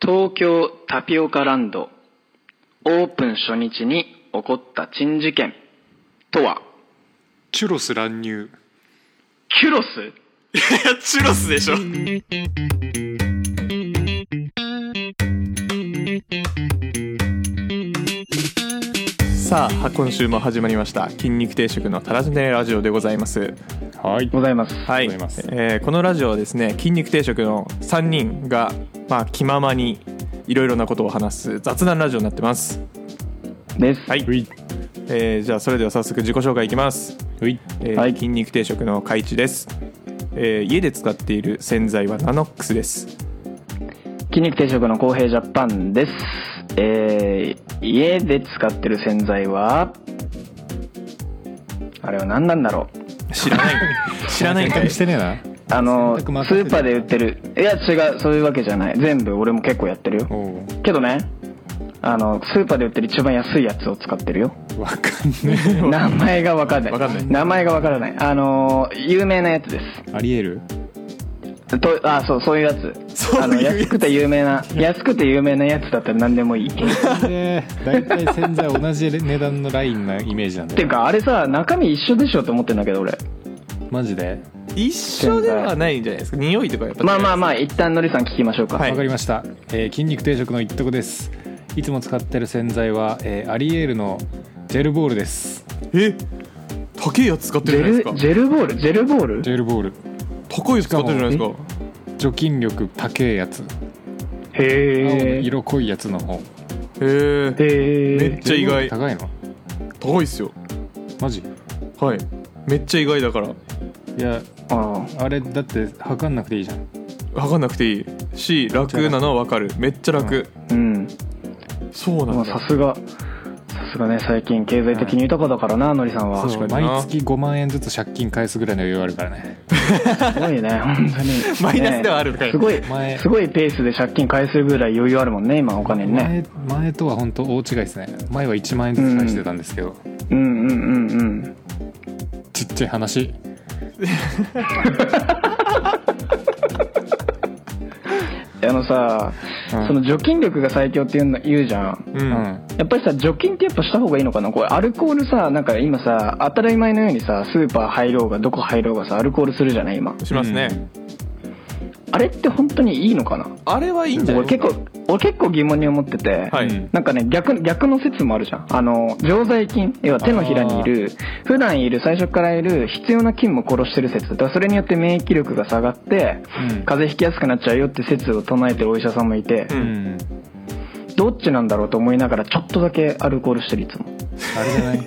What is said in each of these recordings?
東京タピオカランドオープン初日に起こった珍事件とはチュロス乱入キュロスやチュロスでしょさあ今週も始まりました筋肉定食のたらしねラジオでございますはいございますはいございますえーこのラジオはですね筋肉定食の3人がまあ気ままにいろいろなことを話す雑談ラジオになってます、ですはいいえーじゃあそれでは早速自己紹介いきます、はいえーはい筋肉定食の海地です、えー家で使っている洗剤はナノックスです筋肉定食の公平ジャパンですえー、家で使ってる洗剤はあれは何なんだろう知らない知らないんかいしてねえなあのス洗濯任せてーパーで売ってるいや違うそういうわけじゃない全部俺も結構やってるよおうけどねあのスーパーで売ってる一番安いやつを使ってるよわかん ね名前がわかんないわかんない名前がわからないあのー有名なやつでえありえるすとあそうそういうやつそういうやつあの安くて有名な安くて有名なやつだったら何でもいいっ ええ大体洗剤同じ値段のラインなイメージなんだていようかあれさ中身一緒でしょって思ってんだけど俺マジで一緒ではないんじゃないですか匂いとかやっぱまあまあまあ一旦のりさん聞きましょうか、はいわかりました、えー筋肉定食の一徳ですいつも使ってる洗剤は、えーアリエールのジェルボールですえ高いやつ使ってジるじゃないェですかルジェルボールジェルボールジェルボール高いやつ使ってるじゃないですか除菌力高えやつへ青のえ色濃いやつの方へえへめっえちゃ意外高いの高いっすよマジはいめっちゃ意外だからいやああれだって測んなくていいじゃん分かんなくていいし楽なのは分かるめっちゃ楽、あうんそうまなんあださすがさすがね最近経済的に豊かだからなのりさんはすそう確かにな毎月5万円ずつ借金返すぐらいの余裕あるからねご いね本当にマイナスではあるねすごい前すごいペースで借金返すぐらい余裕あるもんね今お金にね前前とは本当大違いですね前は1万円ずつ返してたんですけど、うんうんうんうんちっちゃい話あのさ、うんその除菌力が最強っていうの言うじゃんう、うんんやっぱりさ除菌ってやっぱした方がいいのかなこれアルコールさなんか今さ当たり前のようにさスーパー入ろうがどこ入ろうがさアルコールするじゃない今しますね、あれって本当にいいのかなあれはいいんじゃない俺結構俺結構疑問に思ってて、はい、うんなんかね逆逆の説もあるじゃんあの常在菌要は手のひらにいる普段いる最初からいる必要な菌も殺してる説だからそれによって免疫力が下がって、うん風邪ひきやすくなっちゃうよって説を唱えてるお医者さんもいて、うんうんどっちなんだろうと思いながらちょっとだけアルコールしてるいつもあれじゃない いや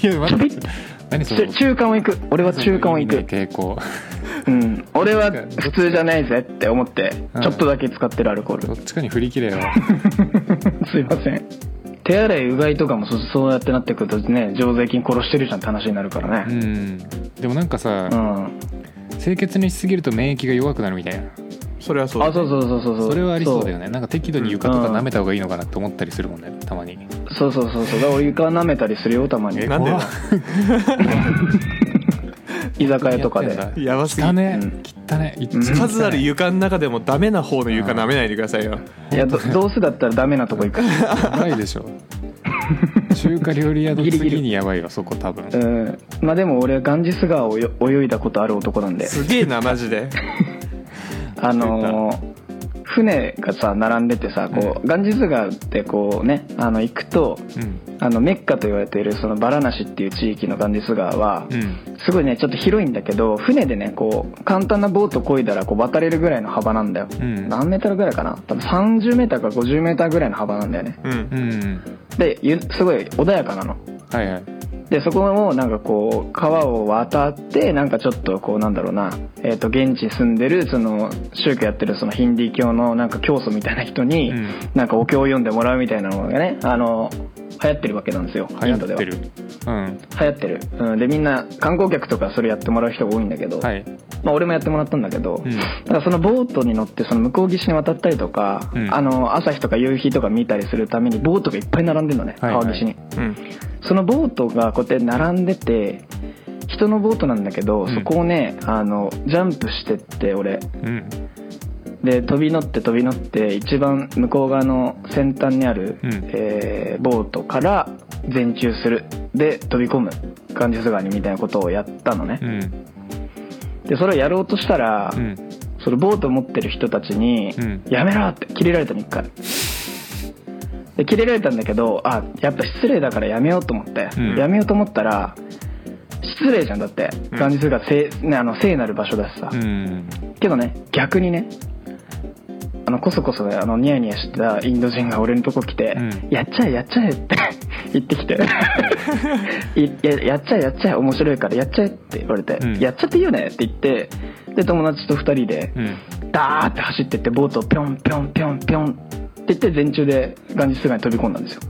ちょ待びっって何そちのゅ中間を行く俺は中間を行いいくね傾 向うん俺は普通じゃないぜって思ってうんちょっとだけ使ってるアルコールどっちかに振り切れよすいません手洗いうがいとかもそそうやってなってくるとね常在菌殺してるじゃんって話になるからうねんでもなんかさ、うん清潔にしすぎると免疫が弱くなるみたいなそれはそうあそうそうそうそうそうそれはありそうだよねなんか適度に床とかうん舐めた方がいいのかなって思ったりするもんねたまにそうそうそうそうだから俺床舐めたりするよたまにえなんで怖っ居酒屋とかやってでんだやばすぎ汚ねうん汚ねいっちゃ汚ね数ある床の中でもダメな方の床舐めないでくださいよいやどどうせだったらダメなとこ 行くやばいでしょ中華料理屋の次にやばいよそこ多分うんまあでも俺はガンジス川をよ泳いだことある男なんですげえなマジであのー船がさ並んでてさこうガンジス川ってこうねあの行くとうんあのメッカと言われているそのバラナシっていう地域のガンジス川はうんすごいねちょっと広いんだけど船でねこう簡単なボート漕いだらこう渡れるぐらいの幅なんだよ、うん何メートルぐらいかな多分30メーターか50メーターぐらいの幅なんだよねうんうんでゆすごい穏やかなのはいはいでそこをなんかこう川を渡ってなんかちょっとこうなんだろうな、えー、と現地に住んでるその宗教やってるそのヒンディー教のなんか教祖みたいな人に、うんなんかお経を読んでもらうみたいなのがねあの流行ってるわけなんですよ流イ行ンドでっはてるうん流行ってる、うん、でみんな観光客とかそれやってもらう人が多いんだけど、はいまあ、俺もやってもらったんだけど、うんだからそのボートに乗ってその向こう岸に渡ったりとか、うんあの朝日とか夕日とか見たりするためにボートがいっぱい並んでるのね、はいはい川岸にうんそのボートがこうやって並んでて人のボートなんだけど、んそこをねあのジャンプしてって俺うんで飛び乗って飛び乗って一番向こう側の先端にある、うんえーボートから前宙するで飛び込むガンジス川にみたいなことをやったのねう、んでそれをやろうとしたら、うんそのボート持ってる人たちに「うんやめろ!」ってキレられたの一回でキレられたんだけどあやっぱ失礼だからやめようと思って、うんやめようと思ったら失礼じゃんだってうんガンジス川聖,、ね、あの聖なる場所だしさ、うんけどね逆にねあのこそこそねあのニヤニヤしてたインド人が俺のとこ来て「うんやっちゃえやっちゃえ」って 言ってき て「いややっちゃえやっちゃえ面白いからやっちゃえ」って言われて「うんやっちゃっていいよね」って言ってで友達と2人でうんダーって走ってってボートをピョンピョンピョンピョンって言って全中でガンジス川に飛び込んだんですよ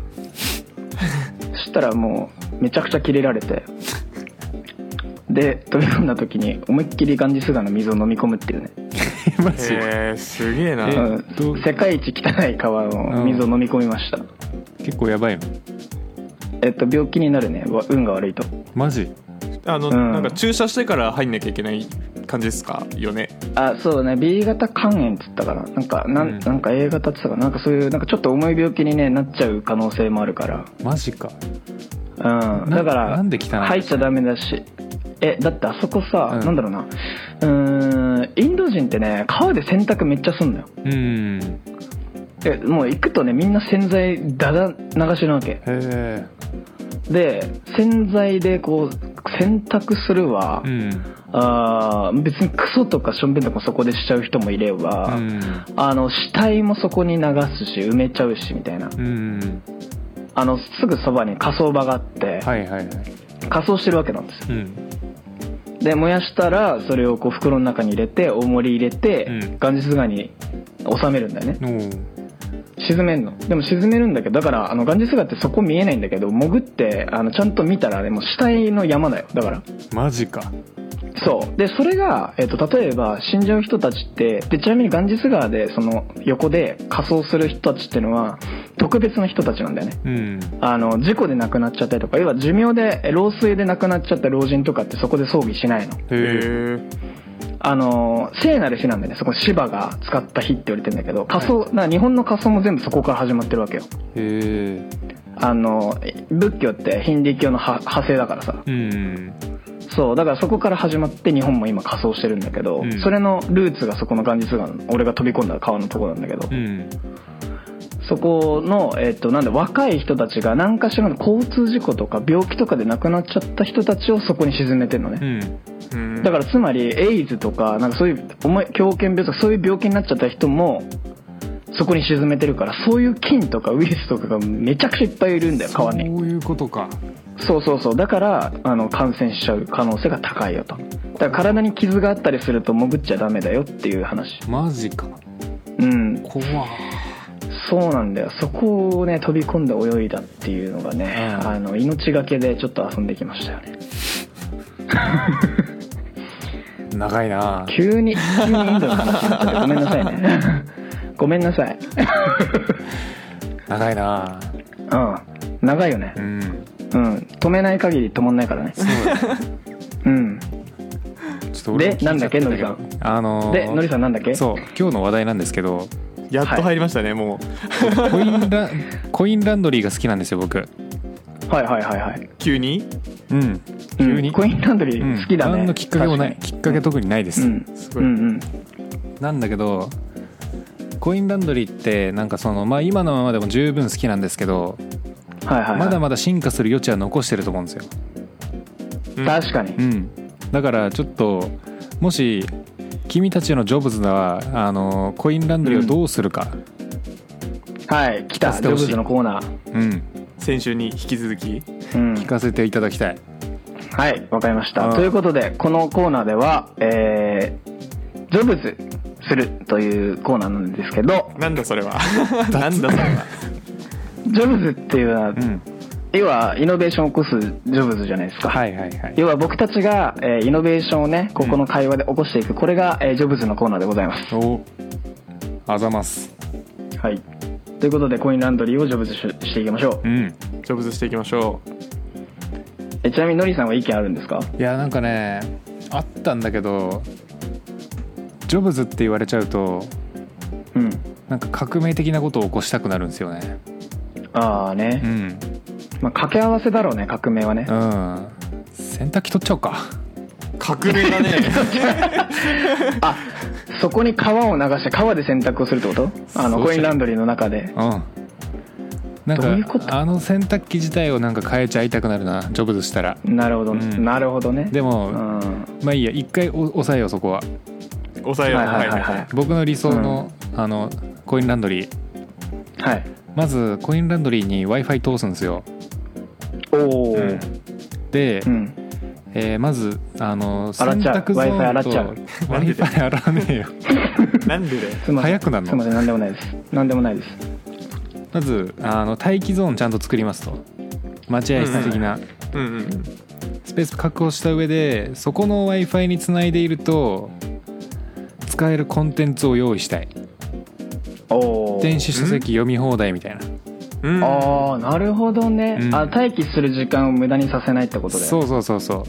そしたらもうめちゃくちゃキレられてで飛び込んだ時に思いっきりガンジス川の水を飲み込むっていうねマジえー、すげえなえうどうん世界一汚い川の水を飲み込みました、結構やばいのえっと病気になるねわ運が悪いとマジあの、うんなんか注射してから入んなきゃいけない感じですかよねあそうだね B 型肝炎っつったからなんかなん,、うんなんか A 型っつったからなんかそういうなんかちょっと重い病気に、ね、なっちゃう可能性もあるからマジかうん、だかならなんで汚いの入っちゃダメだしえだってあそこさ、うんなんだろうなうーんインド人ってね川で洗濯めっちゃすんのようんえもう行くとねみんな洗剤だだ流しなわけへえで洗剤でこう洗濯するわ、うんあー別にクソとかしょんべんとかもそこでしちゃう人もいれば、うんあの死体もそこに流すし埋めちゃうしみたいなうんあのすぐそばに火葬場があって、はいはいはい火葬してるわけなんですようんで燃やしたらそれをこう袋の中に入れて大盛り入れて、うんガンジス川に収めるんだよねおー沈めんのでも沈めるんだけどだからあのガンジス川ってそこ見えないんだけど潜ってあのちゃんと見たらあれもう死体の山だよだからマジかそうでそれが、えっと例えば死んじゃう人たちってでちなみにガンジス川でその横で仮装する人たちっていうのは特別な人たちなんだよねうんあの事故で亡くなっちゃったりとか要は寿命でえ老衰で亡くなっちゃった老人とかってそこで葬儀しないのへへえあの聖なる日なんでねそこ芝が使った日って言われてんだけど仮装、な日本の仮装も全部そこから始まってるわけよへえあのえ仏教ってヒンディー教の派派生だからさうんそうだからそこから始まって日本も今仮装してるんだけど、うんそれのルーツがそこのガンジス川の俺が飛び込んだ川のとこなんだけど、うんそこの、えっとなんで若い人たちが何かしらの交通事故とか病気とかで亡くなっちゃった人たちをそこに沈めてんのね、うんうんだからつまりエイズとかなんかそういう重い狂犬病とかそういう病気になっちゃった人もそこに沈めてるからそういう菌とかウイルスとかがめちゃくちゃいっぱいいるんだよそ川うにいうことかそうそうそうだからあの感染しちゃう可能性が高いよとだから体に傷があったりすると潜っちゃダメだよっていう話マジかうん怖そうなんだよそこをね飛び込んで泳いだっていうのがね、うんあの命がけでちょっと遊んできましたよね長いな急に急にインドの話になっちゃってごめんなさい ねごめんなさい長いなうん長いよねうんうん止めない限り止まんないからねうんちょっと俺もでなんだっけ聞いちゃったのりどあのーでのりさんなんだっけそう今日の話題なんですけどやっと入りましたね、もうコイ ンラコインランドリーが好きなんですよ僕はいはいはいはい急にうんうん急にコインランドリうんー好きだね、何のきっかけもない確きっかけ特にないです、かにうんすうごい、んうんなんだけどコインランドリーってなんかそのまあ今のままでも十分好きなんですけどはいはい、はい、まだまだ進化する余地は残してると思うんですよ確かにうん、だからちょっともし君たちのジョブズはあのコインランドリーをどうするか、はい来た聞かジせョてほブしいズのコーナうん先週に引き続きーうん聞かせていただきたいはいわかりましうたんということでこのコーナーではえージョブズするというコーナーなんですけどなんだ それはなんだそれはジョブズっていうのは、うん要はイノベーションを起こすジョブズじゃないですかはいはいはい要は僕たちが、えーイノベーションをねここの会話で起こしていく、これが、えージョブズのコーナーでございますおあざますはいということでコインランドリーをジョブズししていきましょううんジョブズしていきましょうえちなみにノリさんは意見あるんですかいやなんかねあったんだけどジョブズって言われちゃうとなんか革命的なことを起こしたくなるんですよねああねう、んまあ、掛け合わせだろうね革命はねうん洗濯機取っちゃおうか革命 だねそこに川を流して川で洗濯をするってことあのそうコインランドリーの中でうんなんかどういうことあの洗濯機自体をなんか変えちゃいたくなるなジョブズしたらなるほど、うんなるほどねでも、うんまあいいや一回お抑えようそこは抑えようはいはいはいはい僕の理想の,、あのコインランドリーはいまずコインランドリーに w i f i 通すんですよ、おおーで、うん、えーまずあの洗洗っちゃう濯ゾ Wi-Fi 洗っちゃーうンとなんでだ Wi-Fi 洗わねえよなんでだよすいません早くなるのすいません何でもないです何でもないですまずあの待機ゾーンちゃんと作りますと待合室的なうんうんスペース確保した上でそこの w i f i につないでいると使えるコンテンツを用意したいおお電子書籍読み放題みたいなうんああなるほどね、うんあ待機する時間を無駄にさせないってことでそうそうそうそう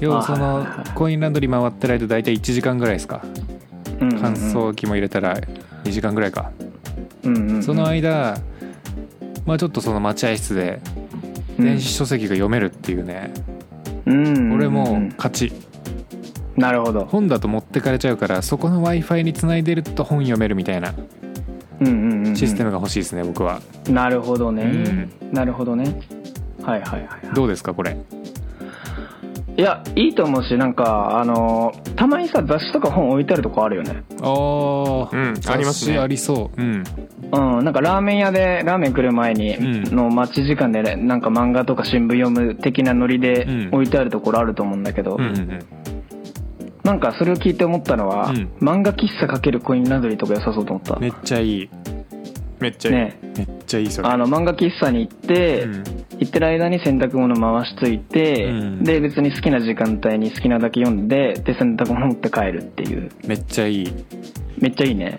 要はそあのはいはいはいコインランドリー回ってる間大体1時間ぐらいですかうんうんうん、乾燥機も入れたら2時間ぐらいかうんうんうんその間まあちょっとその待合室で電子書籍が読めるっていうねうんうんうんうん俺もう勝ちなるほど本だと持ってかれちゃうからそこの w i f i につないでると本読めるみたいなうんうんうんシステムが欲しいですね僕はなるほどね、なるほどねはいはいはいどうですかこれいやいいと思うしなんかあのーたまにさ雑誌とか本置いてあるとこあるよねああうんありますねありそううんうんなんかラーメン屋でラーメン来る前にうんの待ち時間で、ね、なんか漫画とか新聞読む的なノリでうん置いてあるところあると思うんだけど、うんうんうんなんかそれを聞いて思ったのは、うん漫画喫茶×コインランドリーとか良さそうと思っためねっちゃいいめっちゃいいめっちゃいいそれあの漫画喫茶に行って、うん行ってる間に洗濯物回しといて、うんで別に好きな時間帯に好きなだけ読んでで洗濯物持って帰るっていうめっちゃいいめっちゃいいね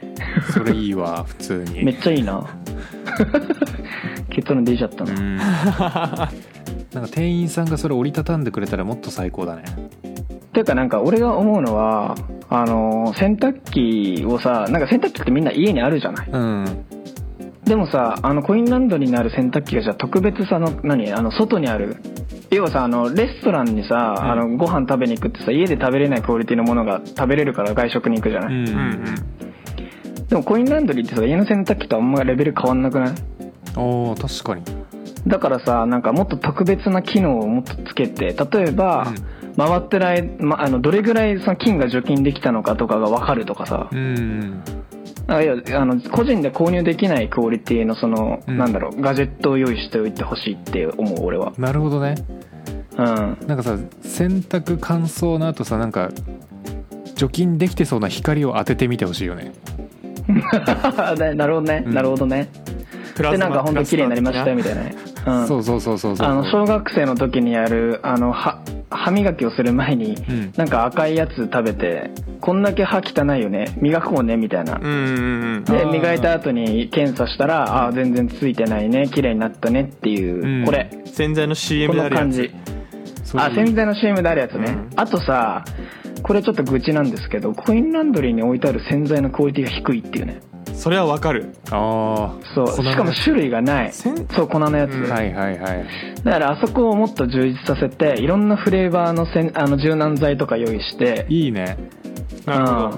それい いわ普通にめっちゃいいな結論出ちゃったうな、 んなんか店員さんがそれ折りたたんでくれたらもっと最高だねていうかなんか俺が思うのはあのー洗濯機をさなんか洗濯機ってみんな家にあるじゃないうんでもさあのコインランドリーにある洗濯機がじゃあ特別さの何あの外にある要はさあのレストランにさ、んあのご飯食べに行くってさ家で食べれないクオリティのものが食べれるから外食に行くじゃない、うんうんうんでもコインランドリーってさ家の洗濯機とあんまレベル変わんなくないおー確かにだからさなんかもっと特別な機能をもっとつけて例えば、回ってない、ま、あのどれぐらいその菌が除菌できたのかとかが分かるとかさう、んあいやあの個人で購入できないクオリティのその、うんなんだろうガジェットを用意しておいてほしいって思う俺はなるほどねうん なんかさ洗濯乾燥の後さなんか除菌できてそうな光を当ててみてほしいよねななるほどね、うんなるほどねプラでスマなんか本当綺麗になりましたよみプたいなね、うん、そうそうそうそうそうあの小学生の時にやるあのは歯磨きをする前に、んなんか赤いやつ食べてこんだけ歯汚いよね磨こうねみたいな、ラスうんうんであー磨いた後に検査したらあー全然ついてないね綺麗になったねっていう、うんこれうん洗剤のこ CM であのるや感つじそうあ洗剤の CM であるやつね、うんあとさこれちょっと愚痴なんですけどコインランドリーに置いてある洗剤のクオリティが低いっていうねそれはわかるあーそう粉のしかも種類がないせんそう粉のやつ、うんはいはいはいだからあそこをもっと充実させていろんなフレーバーのせんあの柔軟剤とか用意していいねなるほど好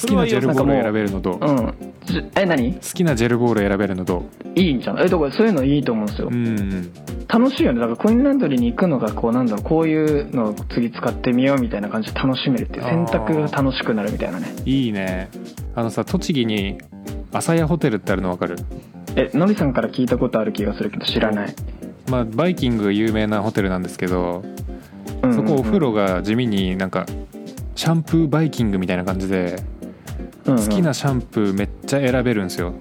そきれはないいジェよルボーなんかルをもう選べるのとう好んじえ何きなジェルボールを選べるのといいんじゃないえだからそういうのいいと思うんですよ、うん楽しいよねだからコインランドリーに行くのがこうなんだろうこういうのを次使ってみようみたいな感じで楽しめるっていうあー選択が楽しくなるみたいなねいいねあのさ栃木に朝屋ホテルってあるの分かるえのりさんから聞いたことある気がするけど知らない、まあ、バイキングが有名なホテルなんですけどうんうんうそんこお風呂が地味になんかシャンプーバイキングみたいな感じでうんうん好きなシャンプーめっちゃ選べるんですよ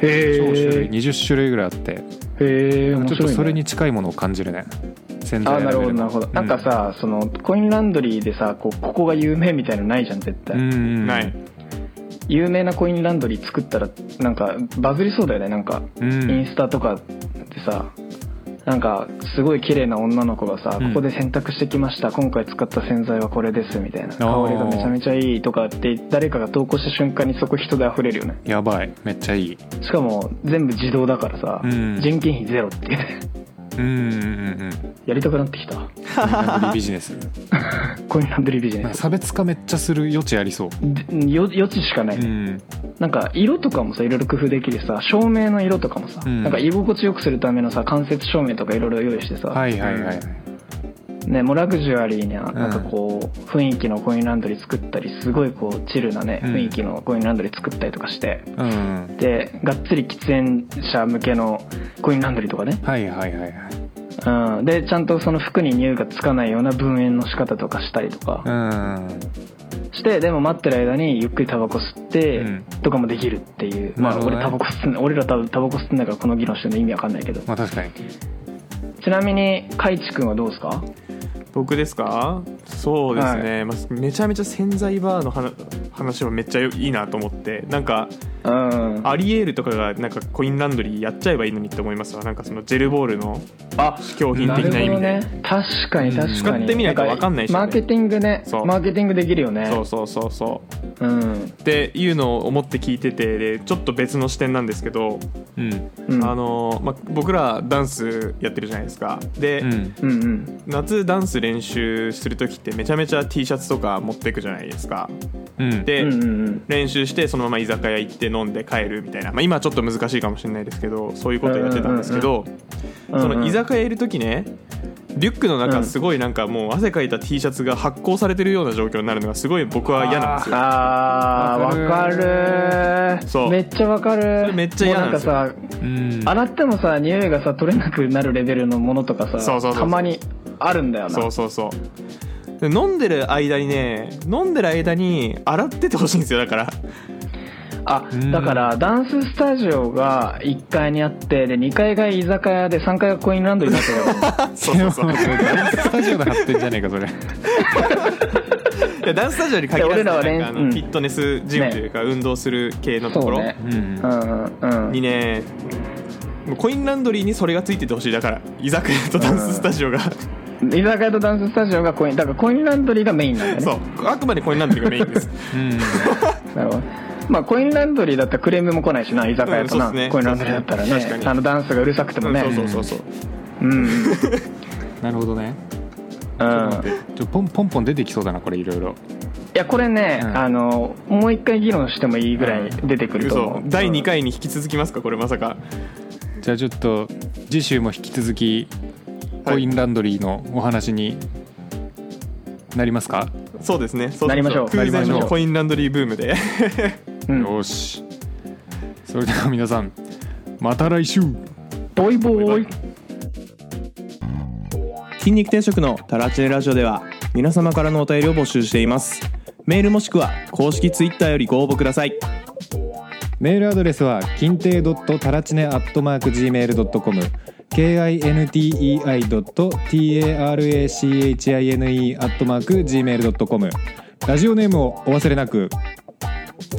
へ超種類え20種類ぐらいあってへえなん面かちょっと白い、ね、それに近いものを感じるね洗あ剤ー選なべるるほどのなるほど、うんなんかさそのコインランドリーでさこうここが有名みたいなのないじゃん絶対、うんうんない有名なコインランドリー作ったらなんかバズりそうだよねなんか、うんインスタとかでさなんかすごい綺麗な女の子がさ、うんここで洗濯してきました今回使った洗剤はこれですみたいなー香りがめちゃめちゃいいとかって誰かが投稿した瞬間にそこ人で溢れるよねやばいめっちゃいいしかも全部自動だからさ、うん人件費ゼロって いうねうんうんうんうん やりたくなってきたコインランドリービジネスコインランドリービジなんネかス差別化めっちゃする余地ありそうでよ余地しかない、うんなんか色とかもさいろいろ工夫できるしさ照明の色とかもさ、うんなんか居心地よくするためのさ間接照明とかいろいろ用意してさ、はいはいはいね、もうラグジュアリーな、んなんかこう、雰囲気のコインランドリー作ったり、すごいこう、チルなね、うん雰囲気のコインランドリー作ったりとかして、うんうんで、がっつり喫煙者向けのコインランドリーとかね、はいはいはいはいうん、で、ちゃんとその服に匂いがつかないような分煙の仕方とかしたりとうかんして、でも待ってる間にゆっくりタバコ吸ってうん、とかもできるっていう、まなあ、るほ俺どねタバコ吸ってん 俺ら多分タバコ吸ってんだからこの議論してるの意味わかんないけど、まあ確かにちなみに、かいちくんはどうですか僕ですかそうですね、まあ、めちゃめちゃ洗剤バーの話話はめっちゃいいなと思ってなんかうん。アリエールとかがなんかコインランドリーやっちゃえばいいのにって思いますわなんかそのジェルボールのあ試供品的な意味で、るほどね、確かに確かに、使ってみないとわかんないしねマーケティングねそうマーケティングできるよねそうそうそうそううんっていうのを思って聞いててでちょっと別の視点なんですけど、うんうんあのまあ、僕らダンスやってるじゃないですかで、うんうんうん夏ダンス練習する時ってめちゃめちゃ T シャツとか持ってくじゃないですかうんで、うんうんうん練習してそのまま居酒屋行って飲んで帰るみたいな、まあ、今はちょっと難しいかもしれないですけどそういうことやってたんですけど、うんその居酒屋いる時ねリュックのう中んすごいなんかもう汗かいた T シャツが発酵されてるような状況になるのがすごい僕は嫌なんですよあーわわかるかるそうめっちゃわかるそれめっちゃ嫌なんですよもうなんかさうん洗ってもさ匂いがさ取れなくなるレベルのものとかさそうそうそうたまにあるんだよなそうそうそうで飲んでる間にね飲んでる間に洗っててほしいんですよ だからあんだからダンススタジオが1階にあってで2階が居酒屋で3階がコインランドリーだったよそうそうそうそれダンススタジオで貼ってんじゃねえかそれいやダンススタジオに限らずいや俺らはねなんかあのうんフィットネスジムというか運動する系 のところねうんうんうんうんにねもうコインランドリーにそれがついててほしいだから居酒屋とダンススタジオが居酒屋とダンススタジオがコインだからコインランドリーがメインなんだそよねうあくまでコインランドリーがメインです うんなるほどまあコインランドリーだったらクレームも来ないしな居酒屋とな、うんそうっすねコインランドリーだったら確かねにあのダンスがうるさくてうもんねそうそうそう そううんうんなるほどねうんちょポンポンポン出てきそうだなこれいろいろいやこれね、うんあのもう一回議論してもいいぐらい出てくると思嘘う、第2回に引き続きますかこれまさかじゃあちょっと次週も引き続きコインランドリーのお話になりますか、そうですねそそなりましょう空な前りましょのうコインランドリーブームでうんよしそれでは皆さんまた来週ボイボーイ筋肉定食のタラチネラジオでは皆様からのお便りを募集していますメールもしくは公式ツイッターよりご応募くださいメールアドレスは金亭ドットタラチネアットマーク gmail ドットコム k i n t e i ドット t a r a c h i n e アットマーク gmail ドットコムラジオネームをお忘れなく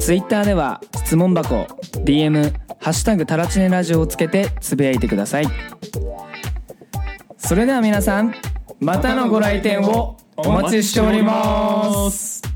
ツイッターでは質問箱 DM「ハッシュタグタラチネラジオ」をつけてつぶやいてくださいそれでは皆さんまたのご来店をお待ちしております